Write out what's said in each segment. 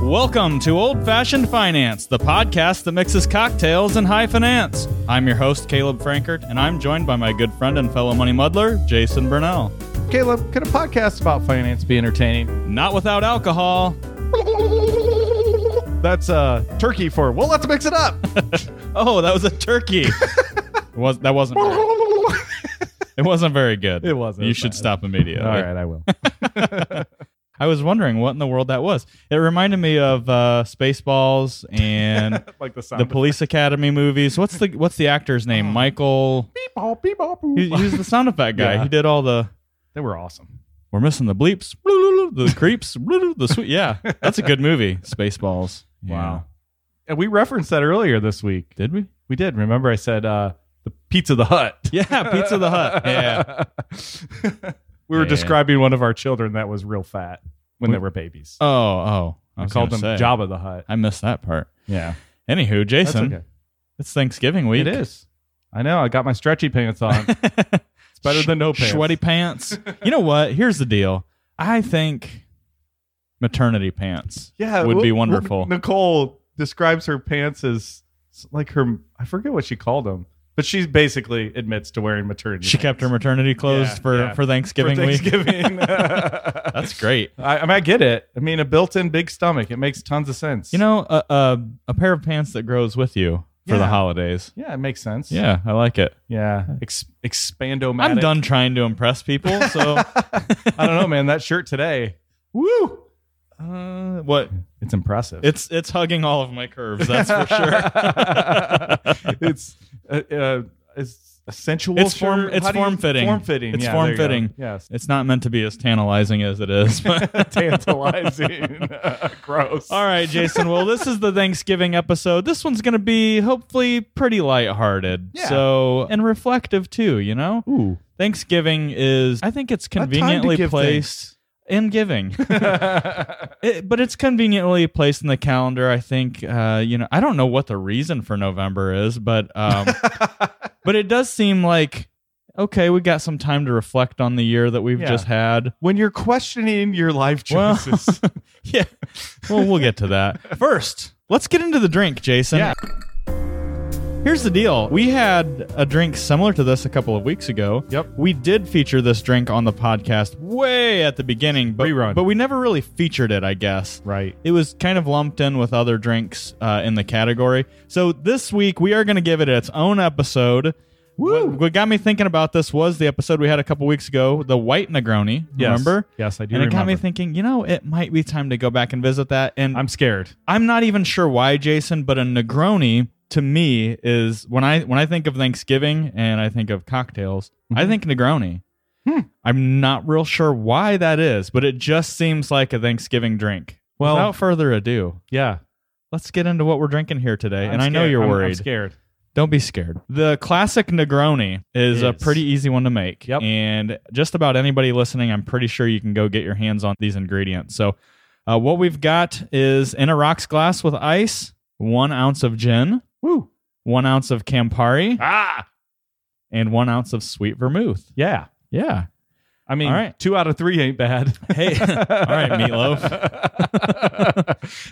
Welcome to Old Fashioned Finance, the podcast that mixes cocktails and high finance. I'm your host, Caleb Frankert, and I'm joined by my good friend and fellow money muddler, Jason Burnell. Caleb, can a podcast about finance be entertaining? Not without alcohol. That's uh turkey for well, let's mix it up. Oh, that was a turkey. it was that wasn't very- it wasn't very good. It wasn't. You It's should bad. stop immediately. All right, I will. I was wondering what in the world that was. It reminded me of uh, Spaceballs and like the the sound. Police Academy movies. What's the what's the actor's name? Michael. Beep-bop, beep-bop, He, boop. he was the sound effect guy. Yeah. He did all the. they were awesome. We're missing the bleeps, the creeps, the sweet. Yeah, that's a good movie. Spaceballs. Yeah. And we referenced that earlier this week. Did we? We did. Remember I said uh the Pizza the Hut. Yeah, Pizza the Hut. Yeah. Yeah. we were Yeah. describing one of our children that was real fat when We- they were babies. Oh, oh. I I was called them gonna say. Jabba the Hut. I missed that part. Yeah. Anywho, That's Jason, okay. it's Thanksgiving week. It is. I know. I got my stretchy pants on. It's better than no pants. Sweaty pants. you know what? Here's the deal. I think maternity pants. yeah, would well- be well, wonderful. Nicole describes her pants as like her. I forget what she called them, but she basically admits to wearing maternity. She kept her pants maternity clothes Yeah, for, yeah. for Thanksgiving for week. Thanksgiving. That's great. I, I mean, I get it. I mean, a built-in big stomach. It makes tons of sense. You know, a, a, a pair of pants that grows with you for the Yeah. holidays. Yeah, it makes sense. Yeah, I like it. yeah. Ex- expandomatic. I'm done trying to impress people. So, I don't know, man. That shirt today. Woo! uh, what? It's impressive. It's it's hugging all of my curves. That's for sure. it's uh, uh, it's a sensual. It's form- shirt. it's How do you- form-fitting. Form-fitting. It's yeah, there you go. form-fitting. Yes. it's not meant to be as tantalizing as it is. But Tantalizing. Gross. All right, Jason. Well, this is the Thanksgiving episode. This one's going to be hopefully pretty lighthearted. Yeah. So, and reflective too, you know? Ooh. Thanksgiving is, I think it's time to conveniently give placed in giving, yeah. It- but it's conveniently placed in the calendar. I think, uh, you know, I don't know what the reason for November is, but, um, but it does seem like, okay, we got some time to reflect on the year that we've Yeah. just had. When you're questioning your life Well- choices. Yeah. Well, we'll get to that. First, let's get into the drink, Jason. Yeah. Here's the deal. We had a drink similar to this a couple of weeks ago. Yep. We did feature this drink on the podcast way at the beginning, but, Rerun. but we never really featured it, I guess. right. It was kind of lumped in with other drinks uh, in the category. So this week, we are going to give it its own episode. Woo. What, what got me thinking about this was the episode we had a couple weeks ago, the white Negroni. Yes. Remember? Yes, I do. and it got me remember. thinking, you know, it might be time to go back and visit that. And I'm, I'm scared. I'm not even sure why, Jason, but a Negroni to me is when I when I think of Thanksgiving and I think of cocktails, I Mhm. think Negroni. Hmm. I'm not real sure why that is, but it just seems like a Thanksgiving drink. Well- Without further ado, Yeah. let's get into what we're drinking here today. I'm and I know scared. you're I'm- I'm worried. scared. Don't be scared. The classic Negroni is a Yes. pretty easy one to make. Yep. And just about anybody listening, I'm pretty sure you can go get your hands on these ingredients. So, uh, what we've got is in a rocks glass with ice, one ounce of gin, Woo. one ounce of Campari, Ah. and one ounce of sweet vermouth. Yeah. Yeah. I mean, All right. two out of three ain't bad. Hey. All right, meatloaf.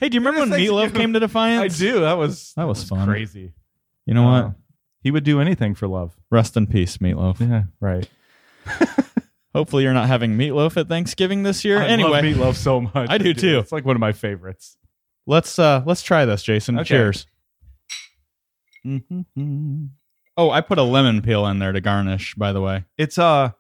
Hey, do you remember when Thanks Meatloaf again. came to I Defiance? do. That was That was fun. Crazy. You know Uh, what? He would do anything for love. Rest in peace, Meatloaf. Yeah, right. Hopefully, you're not having Meatloaf at Thanksgiving this year. I anyway, love meatloaf so much. I do too. It's like one of my favorites. let's uh let's try this, Jason. Okay. Cheers. Oh, I put a lemon peel in there to garnish, by the way. It's uh,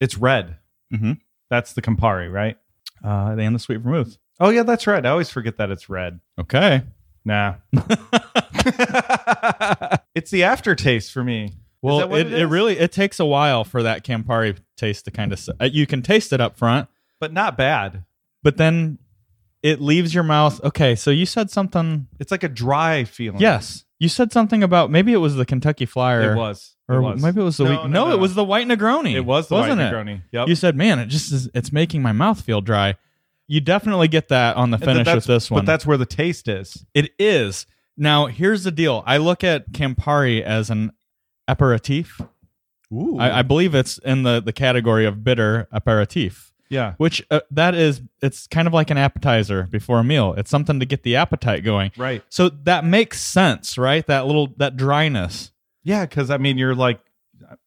it's red. Mhm. That's the Campari, right? Uh, and the sweet vermouth. Oh yeah, that's right. I always forget that it's red. Okay. Nah. it's the aftertaste for me. Well, that what it, it it, is? really it takes a while for that Campari taste to kind of uh, you can taste it up front, but not bad. but then it leaves your mouth. Okay, so you said something. It's like a dry feeling. Yes, you said something about maybe it was the Kentucky Flyer, it was. It or was. maybe it was the No, wheat. no, No, no, it no. was the white Negroni. it was the wasn't white it? Negroni. Yep. You said, man, it just is. It's making my mouth feel dry. You definitely get that on the And that- finish with that's- this one. But that's where the taste is. It is. Now, here's the deal. I look at Campari as an aperitif. Ooh. I, I believe it's in the, the category of bitter aperitif. Yeah. which uh, that is it's kind of like an appetizer before a meal. It's something to get the appetite going. Right. So that makes sense, right? That little that dryness. Yeah, because I mean, you're like,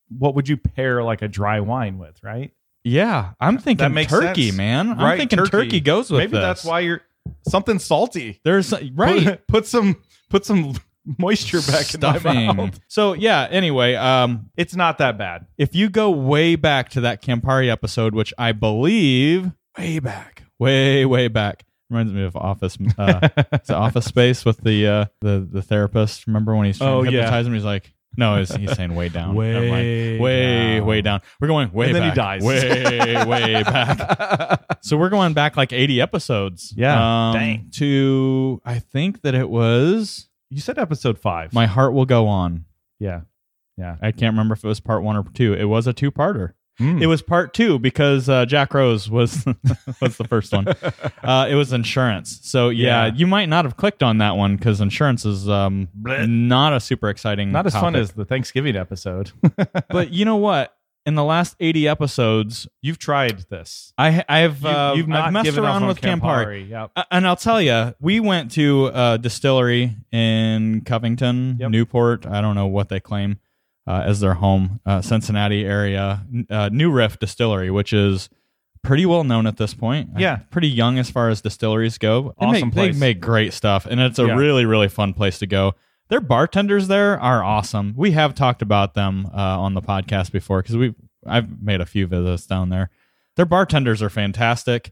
what would you pair like a dry wine with, right? Yeah, I'm thinking makes turkey, sense. man. I'm Right, thinking turkey. turkey. goes with Maybe that's this. why you're something salty. there's right Put, put some put some moisture back in my mouth. So yeah. Anyway, um, It's not that bad. if you go way back to that Campari episode, which I believe Way back. way way back reminds me of Office. Uh, it's the Office Space with the uh, the the therapist. Remember when he's trying Oh, to yeah. hypnotize him? He's like, no, he's, he's saying way down. Never mind. way down. way down. We're going way And then he back. dies. Way way back. So we're going back like 80 episodes. Yeah. Um, Dang. To I think that it was you said episode five. my heart will go on. yeah. I can't remember if it was part one or two. It was a two parter. It It was part two because uh, Jack Rose was was the first one. Uh, it was insurance. So yeah, Yeah. you might not have clicked on that one because insurance is um, Blech. not a super exciting. not as fun topic. as the Thanksgiving episode. but you know what? In the last 80 episodes, You've tried this. I I've You, uh, you've not I've messed given up around on with Campari. Yep. A- And I'll tell you, we went to a distillery in Covington, Yep. Newport. I don't know what they claim uh, as their home, uh, Cincinnati area, n- uh, New Riff Distillery, which is pretty well known at this point. Yeah. Uh, pretty young as far as distilleries go. They Awesome make, place. They make great stuff, and it's a Yeah. really, really fun place to go. Their bartenders there are awesome. We have talked about them uh, on the podcast before because we I've made a few visits down there. Their bartenders are fantastic.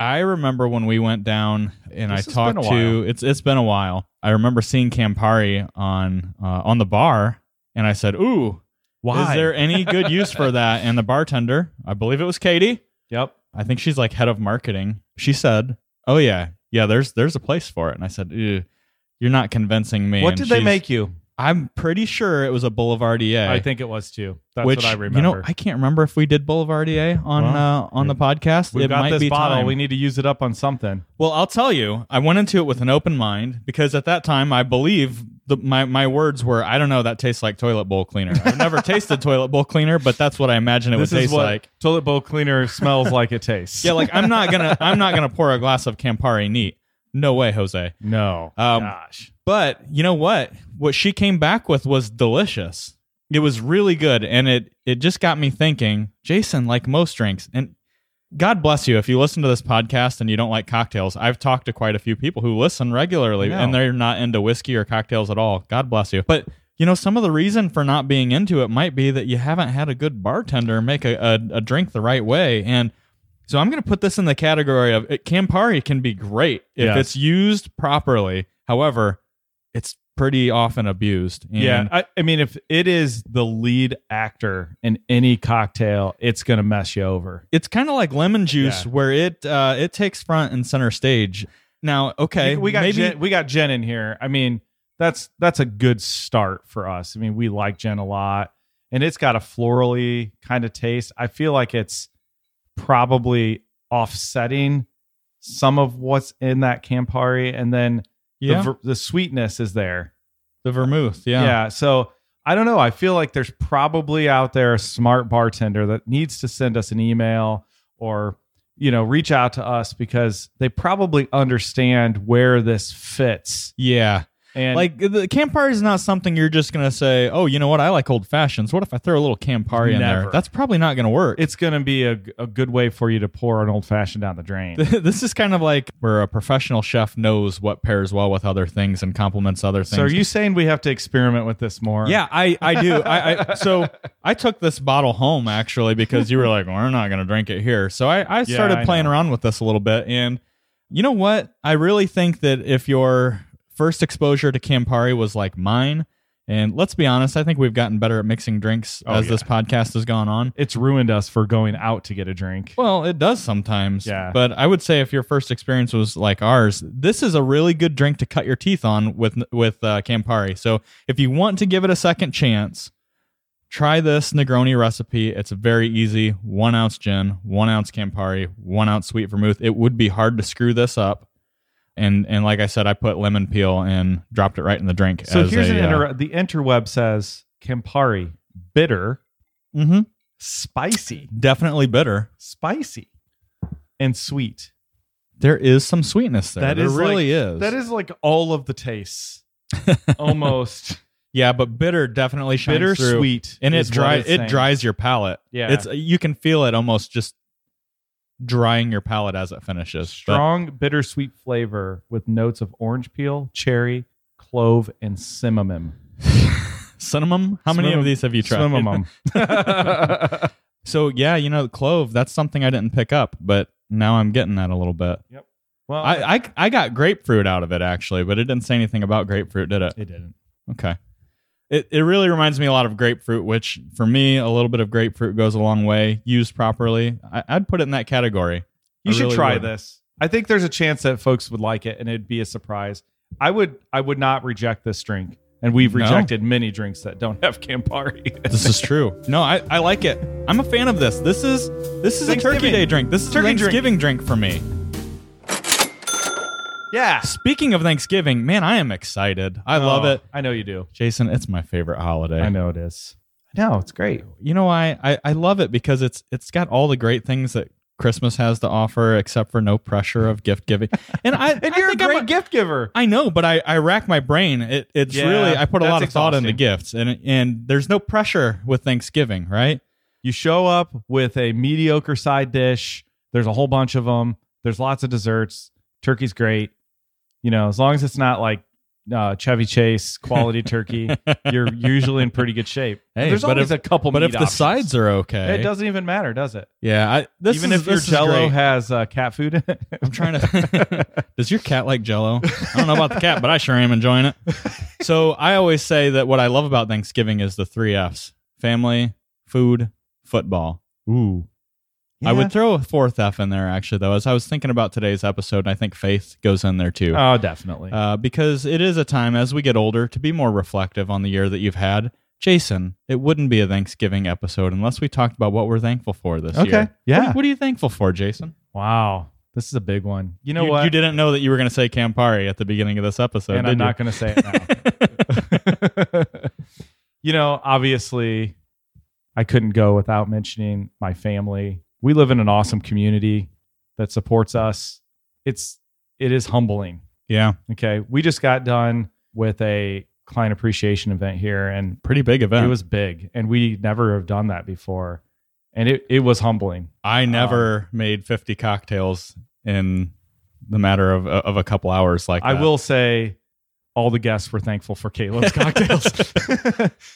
I remember when we went down and This I has been talked a to it's it's been a while. I remember seeing Campari on uh, on the bar and I said, "Ooh, is there any good use for that?" And the bartender, I believe it was Katie. Yep. I think she's like head of marketing. She said, "Oh yeah, yeah, there's there's a place for it." And I said, "Ew, "You're not convincing me." What And did they she's- make you? I'm pretty sure it was a Boulevardier. I think it was too. That's which what I remember. you know, I can't remember if we did Boulevardier on uh, Well, on the podcast. We've it got might this be bottle. time. We need to use it up on something. Well, I'll tell you, I went into it with an open mind because at that time, I believe the, my, my words were, I don't know, that tastes like toilet bowl cleaner. I've never tasted toilet bowl cleaner, but that's what I imagine it this would is taste what like. toilet bowl cleaner smells like. It tastes. Yeah, like I'm not gonna I'm not gonna pour a glass of Campari neat. No way, Jose. no. Um, Gosh. But you know what? What she came back with was delicious. It was really good, and it it just got me thinking, Jason, like most drinks, and God bless you if you listen to this podcast and you don't like cocktails. I've talked to quite a few people who listen regularly I know. and they're not into whiskey or cocktails at all. God bless you. But you know, some of the reason for not being into it might be that you haven't had a good bartender make a, a, a drink the right way. And so I'm going to put this in the category of it, Campari can be great if Yes. it's used properly. However, it's pretty often abused. And yeah. I, I mean, if it is the lead actor in any cocktail, it's gonna mess you over. It's kind of like lemon juice Yeah. where it uh, it takes front and center stage. Now, okay, We- we got maybe Jen, we got Jen in here. I mean, that's that's a good start for us. I mean, we like Jen a lot, and it's got a florally kind of taste. I feel like it's probably offsetting some of what's in that Campari, and then yeah, the, ver- the sweetness is there. the vermouth, yeah. Yeah. So I don't know. I feel like there's probably out there a smart bartender that needs to send us an email or you know reach out to us because they probably understand where this fits Yeah. and like the Campari is not something you're just gonna say. Oh, you know what? I like old fashions. What if I throw a little Campari in there? Never. That's probably not gonna work. it's going to be a, a good way for you to pour an old fashioned down the drain. this is kind of like where a professional chef knows what pairs well with other things and complements other things. so are you saying we have to experiment with this more? Yeah, I I do. I, I so I took this bottle home actually because you were like, we're not gonna drink it here. So I I Yeah, started I playing know. around with this a little bit, and you know what? I really think that if your first exposure to Campari was like mine. And let's be honest, I think we've gotten better at mixing drinks Oh, as yeah. this podcast has gone on. It's ruined us for going out to get a drink. Well, it does sometimes. Yeah. But I would say if your first experience was like ours, this is a really good drink to cut your teeth on with with uh, Campari. So if you want to give it a second chance, try this Negroni recipe. It's very easy: one ounce gin, one ounce Campari, one ounce sweet vermouth. It would be hard to screw this up. And and like I said, I put lemon peel and dropped it right in the drink. So as here's a, uh, an inter- the interweb says Campari bitter, hmm spicy, Definitely bitter. spicy. and sweet. There is some sweetness there. That there is really is. That is like all of the tastes, almost Yeah, but bitter definitely shines through. bittersweet, and it is what dry it's it saying. dries your palate. Yeah. It's you can feel it almost just drying your palate as it finishes. But- Strong bittersweet flavor with notes of orange peel, cherry, clove, and cinnamon. cinnamon. How many of Cinnamon- these have you tried? Cinnamon. so yeah, you know, clove. That's something I didn't pick up, but now I'm getting that a little bit. well, I, I I got grapefruit out of it actually, but it didn't say anything about grapefruit, did it? it didn't. Okay. It it really reminds me a lot of grapefruit, which for me, a little bit of grapefruit goes a long way. Used properly, I, I'd put it in that category. You I should really try would. this. I think there's a chance that folks would like it, and it'd be a surprise. I would. I would not reject this drink, and we've No? rejected many drinks that don't have Campari. This is true. No, I, I like it. I'm a fan of this. This is this is a Turkey Thanksgiving. Day drink. This is a Turkey drink. Thanksgiving drink. for me. yeah, Speaking of Thanksgiving, man, I am excited. I love Oh, it. I know you do. Jason, it's my favorite holiday. I know it is. No, it's great. you know why I, I love it because it's it's got all the great things that Christmas has to offer, except for no pressure of gift giving. And I And I you're a think I'm great gift giver. I know, but I, I rack my brain. It, it's Yeah, really I put a that's lot of thought into exhausting. gifts, and and there's no pressure with Thanksgiving, right? You show up with a mediocre side dish. There's a whole bunch of them. There's lots of desserts. Turkey's great. You know, as long as it's not like uh, Chevy Chase quality turkey, you're usually in pretty good shape. Hey, There's but always if- a couple. But if meat the options. sides are okay, it doesn't even matter, does it? Yeah, I, this even is- if your this is Jello great. has uh, cat food, in it. I'm trying to. Does your cat like Jello? I don't know about the cat, but I sure am enjoying it. So I always say that what I love about Thanksgiving is the three Fs: family, food, football. Ooh, I would throw a fourth F in there actually, though. As I was thinking about today's episode, and I think faith goes in there too, Oh, definitely. uh, because it is a time as we get older to be more reflective on the year that you've had. Jason, it wouldn't be a Thanksgiving episode unless we talked about what we're thankful for this okay. year. Yeah. What, what are you thankful for, Jason? wow. This is a big one. You know you, what? you didn't know that you were going to say Campari at the beginning of this episode, and did I'm you? not going to say it now. you know, obviously, I couldn't go without mentioning my family. We live in an awesome community that supports us. It's it is humbling. yeah, Okay, we just got done with a client appreciation event here, and pretty big event. it was big, and we never have done that before, and it it was humbling. I never made 50 cocktails in the matter of uh, of a couple hours like I that. will say, all the guests were thankful for Caleb's cocktails.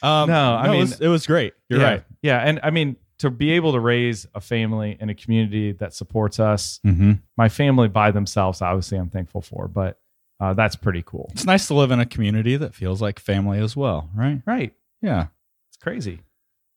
Um, No, I it mean- was, it was great. You're Yeah. right. Yeah, and I mean to be able to raise a family and a community that supports us. Mm-hmm. My family by themselves, obviously, I'm thankful for, but uh, that's pretty cool. It's nice to live in a community that feels like family as well, right? Right? Yeah. It's crazy.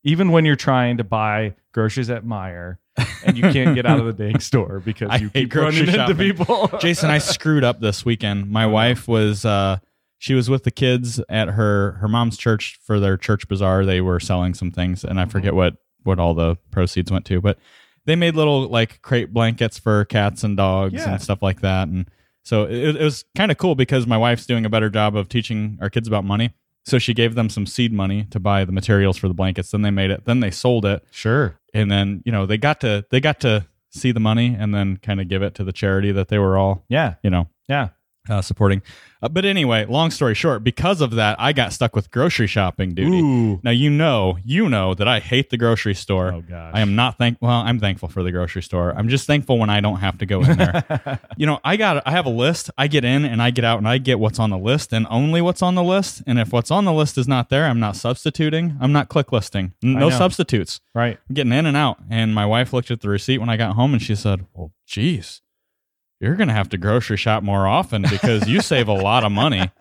Even when you're trying to buy groceries at Meyer and you can't get out of the dang store because I you hate keep running grocery into shopping. people. Jason, I screwed up this weekend. My wife was uh she was with the kids at her her mom's church for their church bazaar. They were selling some things and I forget what what all the proceeds went to, but they made little like crepe blankets for cats and dogs Yeah. and stuff like that and so it, it was kind of cool because my wife's doing a better job of teaching our kids about money. So she gave them some seed money to buy the materials for the blankets. Then they made it. Then they sold it sure. and then you know they got to they got to see the money and then kind of give it to the charity that they were all Yeah. you know Yeah. uh, supporting uh, but anyway long story short because of that i got stuck with grocery shopping duty Ooh. now you know you know that i hate the grocery store Oh gosh. i am not thank well i'm thankful for the grocery store i'm just thankful when i don't have to go in there you know i got i have a list i get in and i get out and i get what's on the list and only what's on the list and if what's on the list is not there i'm not substituting i'm not click listing N- I no know. substitutes right. getting in and out. And my wife looked at the receipt when I got home and she said, Well, geez, you're going to have to grocery shop more often because you save a lot of money.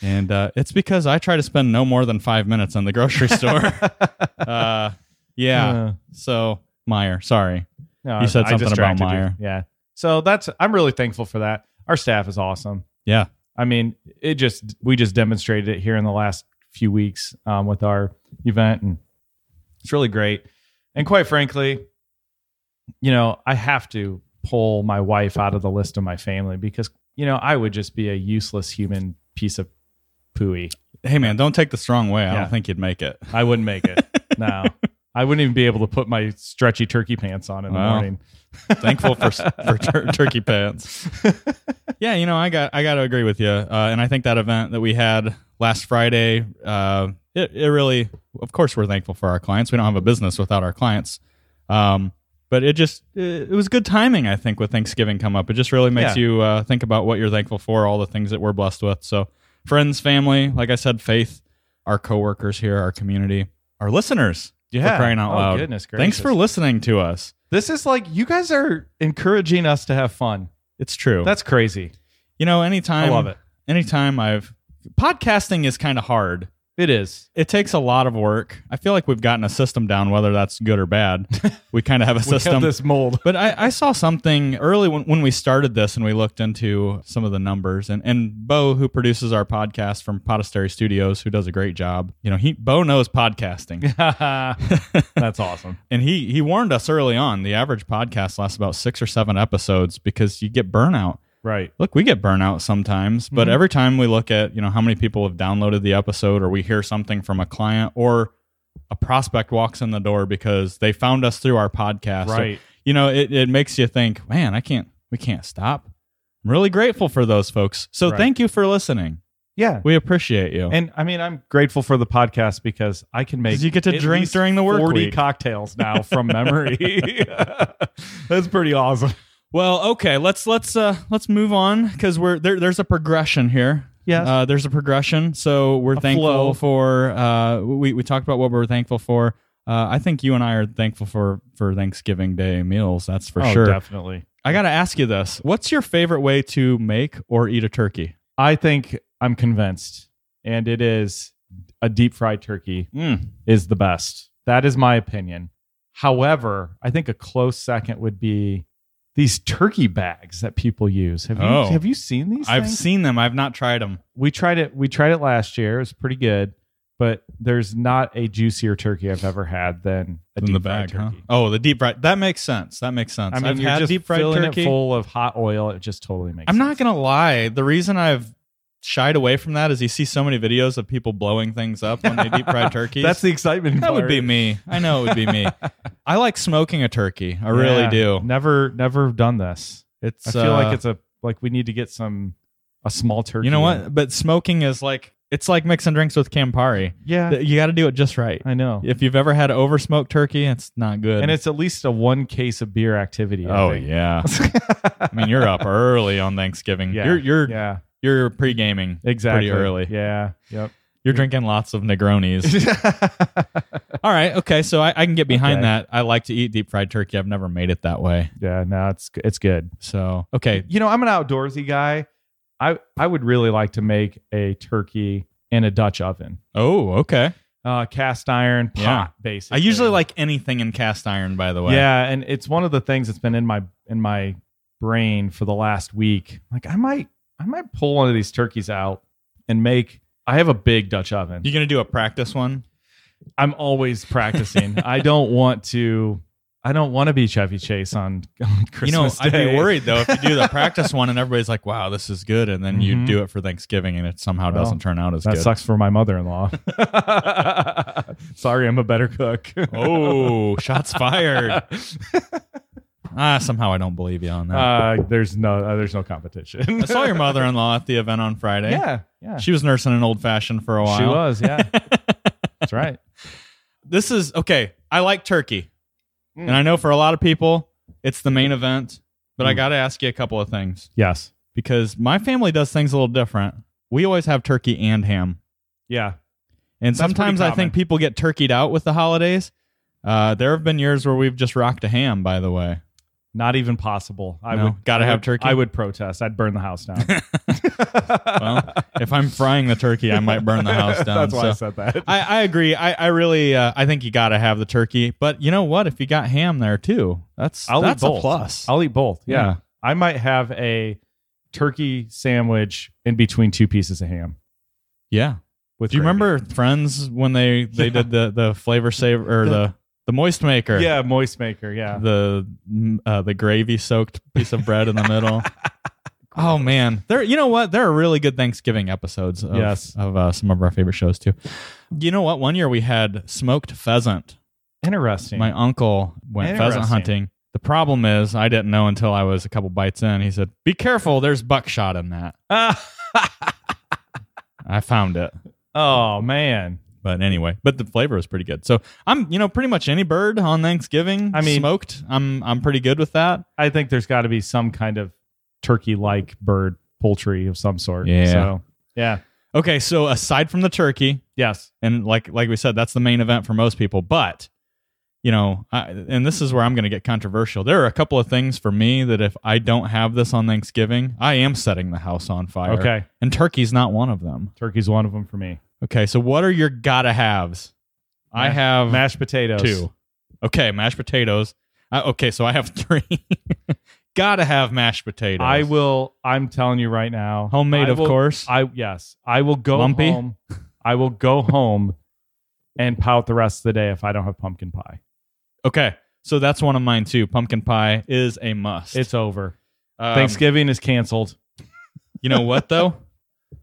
And uh, it's because I try to spend no more than five minutes in the grocery store. uh, yeah. Uh, So, Meyer, sorry. no, You said I something about distracted you. Meijer. Yeah. So that's I'm really thankful for that. Our staff is awesome. Yeah. I mean, it just we just demonstrated it here in the last few weeks um, with our event, and it's really great. And quite frankly, you know, I have to pull my wife out of the list of my family because you know I would just be a useless human piece of pooey. Hey, man, don't take this the wrong way. I Yeah. don't think you'd make it. I wouldn't make it. no, I wouldn't even be able to put my stretchy turkey pants on in the Wow. morning. Thankful for for tur- turkey pants. Yeah, you know, I got I got to agree with you, uh, and I think that event that we had last Friday, uh, it it really, of course, we're thankful for our clients. We don't have a business without our clients. Um, but it just it, it was good timing, I think, with Thanksgiving come up. It just really makes Yeah. you uh, think about what you're thankful for, all the things that we're blessed with. So, friends, family, like I said, faith, our coworkers here, our community, our listeners. Yeah. crying out oh, loud. Goodness gracious. Thanks for listening to us. This is like you guys are encouraging us to have fun. It's true. That's crazy. you know, anytime I love it. Anytime I've podcasting is kind of hard. It is. It takes a lot of work. I feel like we've gotten a system down, whether that's good or bad. we kind of have a We have system. this mold. But I, I saw something early when, when we started this and we looked into some of the numbers. And, and Bo, who produces our podcast from Podastery Studios, who does a great job, you know, he Bo knows podcasting. That's awesome. and he, he warned us early on the average podcast lasts about six or seven episodes because you get burnout Right. look we get burnout sometimes but Mhm. every time we look at you know how many people have downloaded the episode or we hear something from a client or a prospect walks in the door because they found us through our podcast So, Right. you know it, it makes you think man i can't we can't stop i'm really grateful for those folks so Right. thank you for listening Yeah. we appreciate you And I mean, I'm grateful for the podcast because I can make 'Cause you get to at drink least during the work 40 week. cocktails now from memory. That's pretty awesome. well okay let's let's uh let's move on because we're there, there's a progression here Yes. Uh, there's a progression. So we're A thankful flow. for. Uh, we we talked about what we're thankful for. Uh, I think you and I are thankful for for Thanksgiving Day meals. That's for Oh, sure. Definitely. I got to ask you this: What's your favorite way to make or eat a turkey? I think I'm convinced, and it is a deep fried turkey Mm. is the best. That is my opinion. However, I think a close second would be these turkey bags that people use. Have you Oh. have you seen these? I've things? seen them. I've not tried them. we tried it. We tried it last year. It was pretty good, but there's not a juicier turkey I've ever had than a In deep the bag, fried huh? turkey. Oh, the deep fried. That makes sense. That makes sense. I mean, I've you're had just deep fried filling turkey. it full of hot oil. It just totally makes. I'm not sense. gonna lie. The reason I've shied away from that is you see so many videos of people blowing things up when they deep fry turkeys. That's the excitement. That would part. be me. I know it would be me. I like smoking a turkey. I really Yeah. do. Never, never done this. It's I feel uh, like it's a like we need to get some a small turkey. you know in it. what? But smoking is like it's like mixing drinks with Campari. Yeah, You got to do it just right. I know. If you've ever had over smoked turkey, it's not good. And it's at least a one case of beer activity. I oh think. yeah. I mean, you're up early on Thanksgiving. Yeah. You're you're yeah, you're pre gaming. exactly. early. Yeah, yep. You're drinking lots of Negronis. All right. Okay. So I, I can get behind Okay. that. I like to eat deep fried turkey. I've never made it that way. yeah, no, it's it's good. So okay. You know, I'm an outdoorsy guy. I I would really like to make a turkey in a Dutch oven, Oh, okay. uh, cast iron pot, Yeah. I basically. usually like anything in cast iron, by the way. Yeah, and it's one of the things that's been in my in my brain for the last week. Like I might I might pull one of these turkeys out and make I have a big Dutch oven. You gonna do a practice one? I'm always practicing. I don't want to I don't want to be Chevy Chase on, on Christmas. you know, I'd Day. be worried though if you do the practice one and everybody's like, "Wow, this is good," and then you Mhm. do it for Thanksgiving and it somehow Well, doesn't turn out as That good. sucks for my mother-in-law. Sorry, I'm a better cook. Oh, shots fired! ah, somehow I don't believe you on that. Uh, there's no uh, there's no competition. I saw your mother-in-law at the event on Friday. Yeah, yeah. she was nursing an old-fashioned for a while. She was, yeah. That's right. This is okay. I like turkey, Mm. and I know for a lot of people, it's the main event. But I Mm. got to ask you a couple of things. Yes. because my family does things a little different. We always have turkey and ham. Yeah. And That's pretty sometimes I common. think people get turkeyed out with the holidays. Uh, there have been years where we've just rocked a ham, by the way. Not even possible. I No? would Gotta I have would- turkey? I would protest. I'd burn the house down. Well, if I'm frying the turkey, I might burn the house down. That's why so. I said that. I, I agree. I, I really uh, I think you got to have the turkey. But you know what? If you got ham there too, that's I'll eat that's a both. plus. will eat both. Yeah. Yeah. I might have a turkey sandwich in between two pieces of ham. yeah. With Do you gravy. remember Friends when they they Yeah. did the the flavor saver or The- the the moist maker? Yeah, moist maker. Yeah. the mm, uh, the gravy soaked piece of bread in the middle. oh man, there. You know what? There are really good Thanksgiving episodes. Of, Yes. of uh, some of our favorite shows too. You know what? One year we had smoked pheasant. Interesting. My uncle went pheasant Interesting. hunting, The problem is, I didn't know until I was a couple bites in. He said, "Be careful, there's buckshot in that." I found it, oh man. but anyway, but the flavor is pretty good. So I'm, you know, pretty much any bird on Thanksgiving. I mean- smoked. I'm, I'm pretty good with that. I think there's got to be some kind of turkey like bird poultry of some sort. Yeah. So, yeah. Okay, so aside from the turkey, Yes. and like like we said, that's the main event for most people. But you know, I, and this is where I'm going to get controversial. There are a couple of things for me that if I don't have this on Thanksgiving, I am setting the house on fire. Okay. and turkey's not one of them. Turkey's one of them for me. Okay, so what are your gotta haves? I Mash- have Mashed potatoes. two. Okay, mashed potatoes. I, okay, so I have three. gotta have mashed potatoes. I will. I'm telling you right now. homemade, I of will- course. I yes. I will go Lumpy? home. I will go home and pout the rest of the day if I don't have pumpkin pie. okay, so that's one of mine too. Pumpkin pie is a must. It's over. Um, Thanksgiving is canceled. You know what though?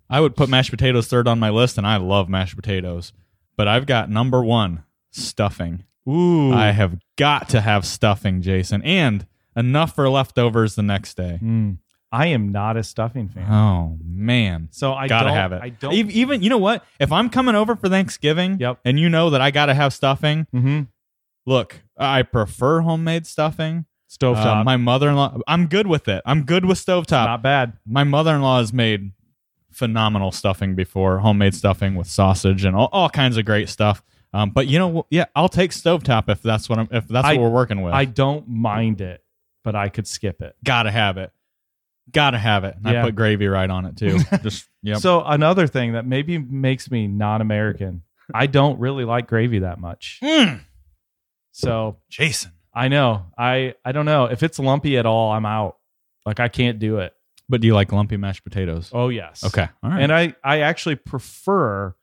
I would put mashed potatoes third on my list, and I love mashed potatoes. But I've got number one stuffing. Ooh. I have got to have stuffing, Jason, and enough for leftovers the next day. Mm. I am not a stuffing fan. Oh man, so I gotta don't- have it. I don't E- even you know what? If I'm coming over for Thanksgiving, Yep. and you know that I gotta have stuffing. hmm Look, I prefer homemade stuffing. Stove Uh, top. my mother-in-law, I'm good with it. I'm good with stovetop. not bad. my mother-in-law has made phenomenal stuffing before homemade stuffing with sausage and all, all kinds of great stuff um, but you know wh- yeah i'll take stovetop if that's what i'm if that's I- what we're working with I don't mind it, but I could skip it. gotta have it gotta have it and Yeah. i put gravy right on it too just yep So another thing that maybe makes me non-American, I don't really like gravy that much. Mm, So jason I know I I don't know if it's lumpy at all. I'm out. Like I can't do it. but do you like lumpy mashed potatoes Oh yes. okay all right And I I actually prefer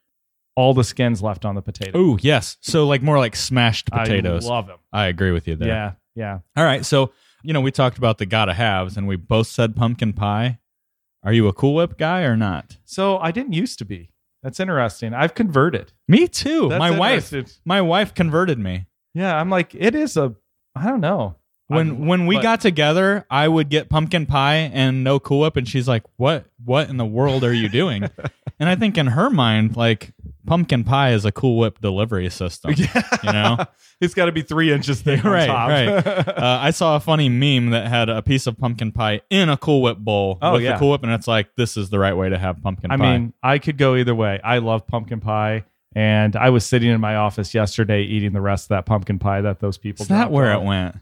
all the skins left on the potato. Ooh, yes. So like more like smashed I potatoes. I, love them. agree with you there. Yeah. Yeah. All right. So, you know, we talked about the gotta haves and we both said pumpkin pie. Are you a cool whip guy or not? So I didn't used to be. That's interesting. I've converted. Me too. That's my wife, interesting. my wife converted me. Yeah. I'm like it is a. I don't know. When I'm- when we but- got together, I would get pumpkin pie and no Cool Whip, and she's like, "What? What in the world are you doing?" and I think in her mind, like pumpkin pie is a Cool Whip delivery system. You know, uh, it's got to be three inches thick Right, on top. Uh, I saw a funny meme that had a piece of pumpkin pie in a Cool Whip bowl Oh, with yeah. the Cool Whip, and it's like, "This is the right way to have pumpkin I pie." mean, I could go either way. I love pumpkin pie, and I was sitting in my office yesterday eating the rest of that pumpkin pie that those people. is that dropped where off. it went?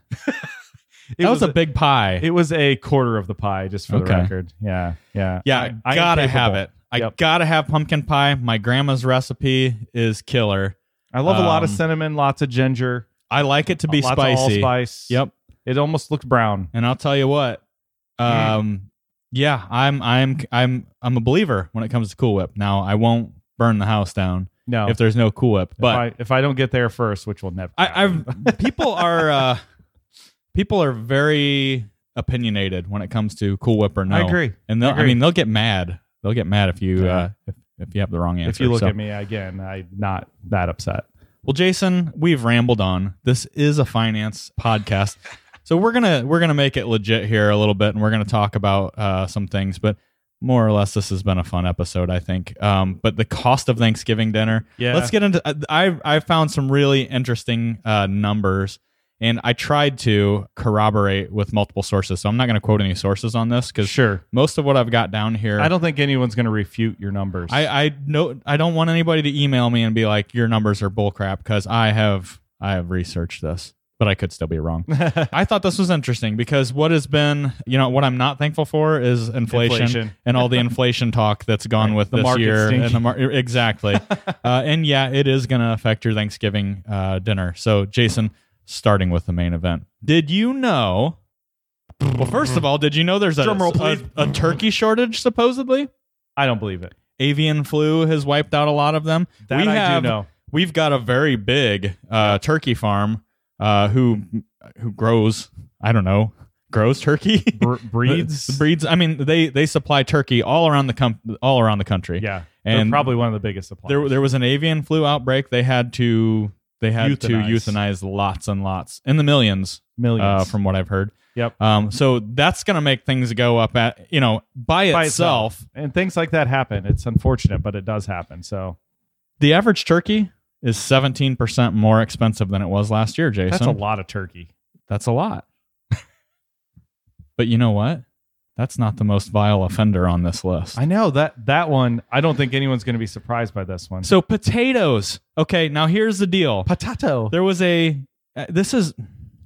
It that was, a big pie. It was a quarter of the pie, just for the Okay. record. Yeah, yeah, Yeah, I- I, I am gotta capable. have it. I Yep. gotta have pumpkin pie. My grandma's recipe is killer. I love a lot of Um, cinnamon, lots of ginger, I like it to be lots spicy. of allspice. Yep. It almost looked brown. And I'll tell you what. Mm. Um yeah, I'm I'm I'm I'm a believer when it comes to Cool Whip. Now, I won't burn the house down No, if there's no Cool Whip, but if I, if I don't get there first, which will never. I, happen. I've people are uh people are very opinionated when it comes to Cool Whip or no. I agree. And they'll, I, agree. mean, they'll get mad. They'll get mad if you Yeah. uh if, if you have the wrong answer. If you look So- at me again, I'm not that upset. Well, Jason, we've rambled on. This is a finance podcast, so we're gonna we're gonna make it legit here a little bit, and we're gonna talk about uh, some things. But more or less, this has been a fun episode, I think. Um, but the cost of Thanksgiving dinner. Yeah. Let's get into. uh, I I found some really interesting uh, numbers, and I tried to corroborate with multiple sources. So I'm not gonna quote any sources on this because sure. most of what I've got down here. I don't think anyone's going to refute your numbers. I, I no I don't want anybody to email me and be like your numbers are bullcrap because I have I have researched this, but I could still be wrong. I thought this was interesting because what has been you know what I'm not thankful for is inflation, Inflation. and all the inflation talk that's gone Right. with The this market's year stinking. and the mar- exactly uh, and yeah it is going to affect your Thanksgiving uh, dinner. So Jason, starting with the main event, did you know? Well, first of all, did you know there's a, Drum roll, a, please. a turkey shortage supposedly? I don't believe it. avian flu has wiped out a lot of them. That we I have, do know. We've got a very big uh, turkey farm uh, who who grows. I don't know, grows turkey Br- breeds. breeds. I mean, they they supply turkey all around the com- all around the country. Yeah, And- they're probably one of the biggest suppliers. There, there was an avian flu outbreak. They had to They had to Euthanize. euthanize lots and lots in the millions, millions Uh, from what I've heard. Yep. Um, so that's gonna make things go up at you know by, By itself, and things like that happen. It's unfortunate, but it does happen. So The average turkey is seventeen percent more expensive than it was last year. Jason, that's a lot of turkey. That's a lot. but you know what? That's not the most vile offender on this list. I know that that one. I don't think anyone's going to be surprised by this one. So potatoes. Okay, now here's the deal. potato There was a. uh, This is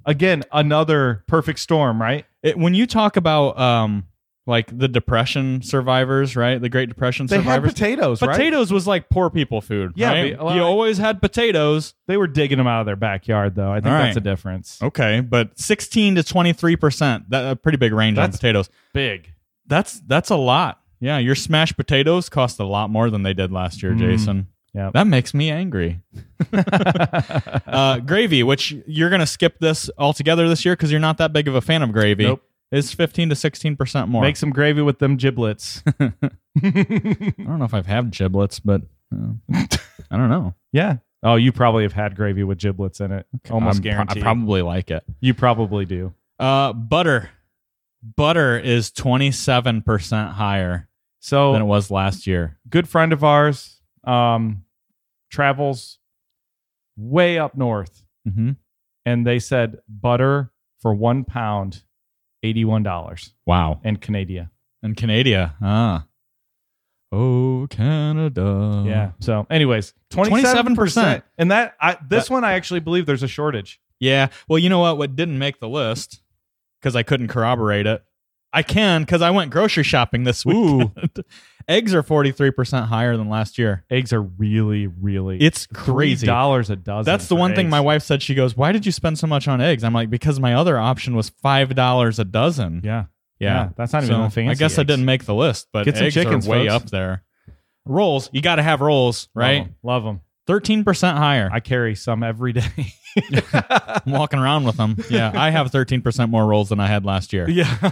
again, another perfect storm, right? it, when you talk about um like the depression survivors, right? The Great Depression They had survivors. potatoes, right? potatoes was like poor people food. Yeah, right? but- well, you I- always had potatoes. They were digging them out of their backyard, though. I think All that's right. a difference. Okay, but sixteen to twenty three percent. That a pretty big range on That's- potatoes. Big. That's that's a lot. Yeah, your smashed potatoes cost a lot more than they did last year, Mm. Jason. Yep. That makes me angry. Uh, gravy, which you're going to skip this altogether this year because you're not that big of a fan of gravy, Nope. is 15 to 16% more. Make some gravy with them giblets. I don't know if I've had giblets, but uh, I don't know. yeah. Oh, you probably have had gravy with giblets in it. Almost I'm pro- guaranteed. I probably like it. you probably do. Uh, butter. Butter is 27% higher So than it was last year. good friend of ours um, travels way up north, hmm and they said butter for one pound, eighty-one dollars Wow. in Canada. And Canada. Ah. Oh, Canada. yeah. So, anyways, twenty-seven 27%. percent, and that I this one I actually believe there's a shortage. Yeah. Well, you know what? What didn't make the list because I couldn't corroborate it. I can because I went grocery shopping this Ooh. weekend. Eggs are forty three percent higher than last year. Eggs are really, really It's crazy. dollars a dozen. That's the for one thing eggs. my wife said. She goes, "Why did you spend so much on eggs?" I'm like, "Because my other option was five dollars a dozen." Yeah, Yeah. That's not So, even a fancy. I guess I eggs. didn't make the list, but Get some eggs chickens, are way folks. up there. Rolls, you got to have rolls, right? Love them. Thirteen percent higher. I carry some every day. I'm walking around with them. Yeah, I have thirteen percent more rolls than I had last year. yeah.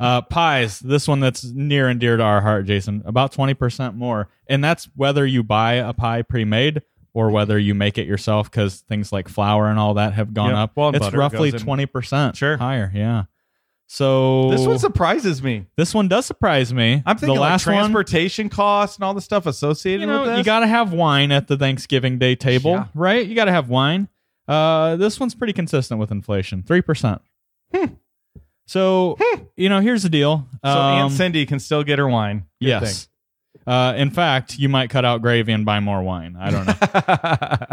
Uh, pies, this one that's near and dear to our heart, Jason, about 20% more. And that's whether you buy a pie pre made or whether you make it yourself because things like flour and all that have gone Yep. up. Well, and it's butter roughly goes in- 20% Sure. higher. Yeah. So This one surprises me. this one does surprise me. I'm thinking the last like one, transportation costs and all the stuff associated you with know, this. you got to have wine at the Thanksgiving Day table, Yeah. right? You got to have wine. Uh, this one's pretty consistent with inflation, 3%. So, you know, here's the deal. Hmm. so Aunt Um, Cindy can still get her wine. Good yes. Uh, in fact, you might cut out gravy and buy more wine. I don't know.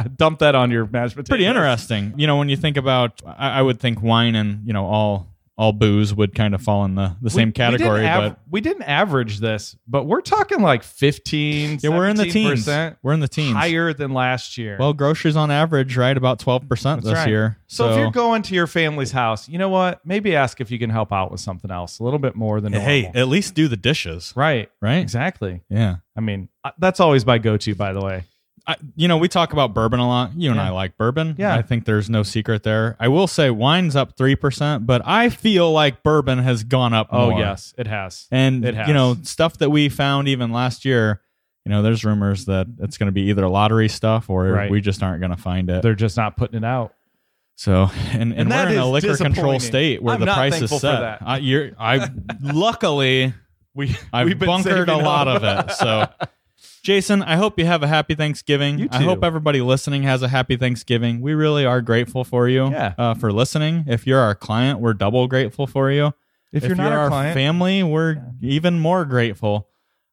thing. Dump that on your mashed potatoes. Pretty interesting. You know, when you think about, I, I would think wine and you know all all booze would kind of fall in the, the same category, didn't but av- we didn't average this, but we're talking like 15. yeah, we're in the teens. 17% We're in the teens. higher than last year. Well, groceries on average, right, about twelve percent That's this right. year. so, So, if you're going to your family's house, you know what? Maybe ask if you can help out with something else, a little bit more than normal. hey, at least do the dishes, right, right? exactly. Yeah. I mean, uh, that's always my go-to, by the way. I, you know, we talk about bourbon a lot. You and Yeah. I like bourbon. Yeah. I think there's no secret there. I will say wine's up 3%, but I feel like bourbon has gone up Oh more. yes, it has. And It has. you know, stuff that we found even last year, you know, there's rumors that it's going to be either lottery stuff or Right. we just aren't going to find it. They're just not putting it out. so, and and, And that we're in a is liquor control disappointing. state where I'm the not price is thankful set. for that. I, you're, I luckily We I've bunkered a lot of it. So, Jason, I hope you have a happy Thanksgiving. You I hope too. everybody listening has a happy Thanksgiving. We really are grateful for you Yeah. uh, for listening. If you're our client, we're double grateful for you. if, you're not our a client, family, we're Yeah. even more grateful.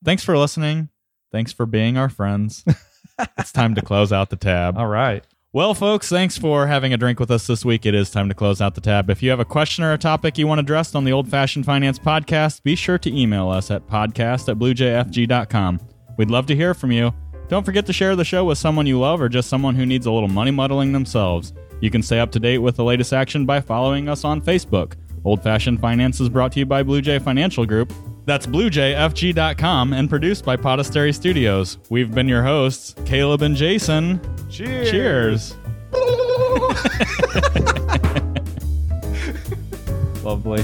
Thanks for listening. Thanks for being our friends. it's time to close out the tab. all right. Well, folks, thanks for having a drink with us this week. It is time to close out the tab. If you have a question or a topic you want addressed on the Old Fashioned Finance Podcast, be sure to email us at podcast at bluejfg.com. We'd love to hear from you. Don't forget to share the show with someone you love or just someone who needs a little money muddling themselves. You can stay up to date with the latest action by following us on Facebook. Old Fashioned Finance is brought to you by Blue Jay Financial Group. That's bluejfg.com and produced by Podastery Studios. We've been your hosts, Caleb and Jason. Cheers. Cheers. Lovely.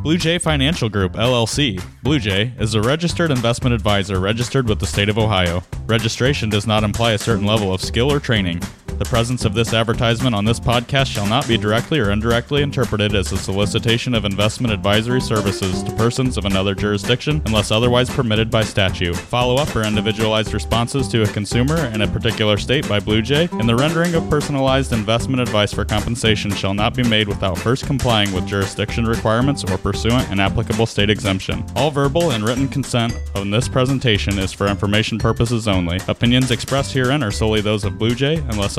Blue Blue Jay Financial Group, LLC. Blue Jay is a registered investment advisor registered with the state of Ohio. Registration does not imply a certain level of skill or training. The presence of this advertisement on this podcast shall not be directly or indirectly interpreted as a solicitation of investment advisory services to persons of another jurisdiction unless otherwise permitted by statute. Follow up or individualized responses to a consumer in a particular state by Blue Jay and the rendering of personalized investment advice for compensation shall not be made without first complying with jurisdiction requirements or pursuant an applicable state exemption. All verbal and written consent on this presentation is for information purposes only. Opinions expressed herein are solely those of Blue Jay unless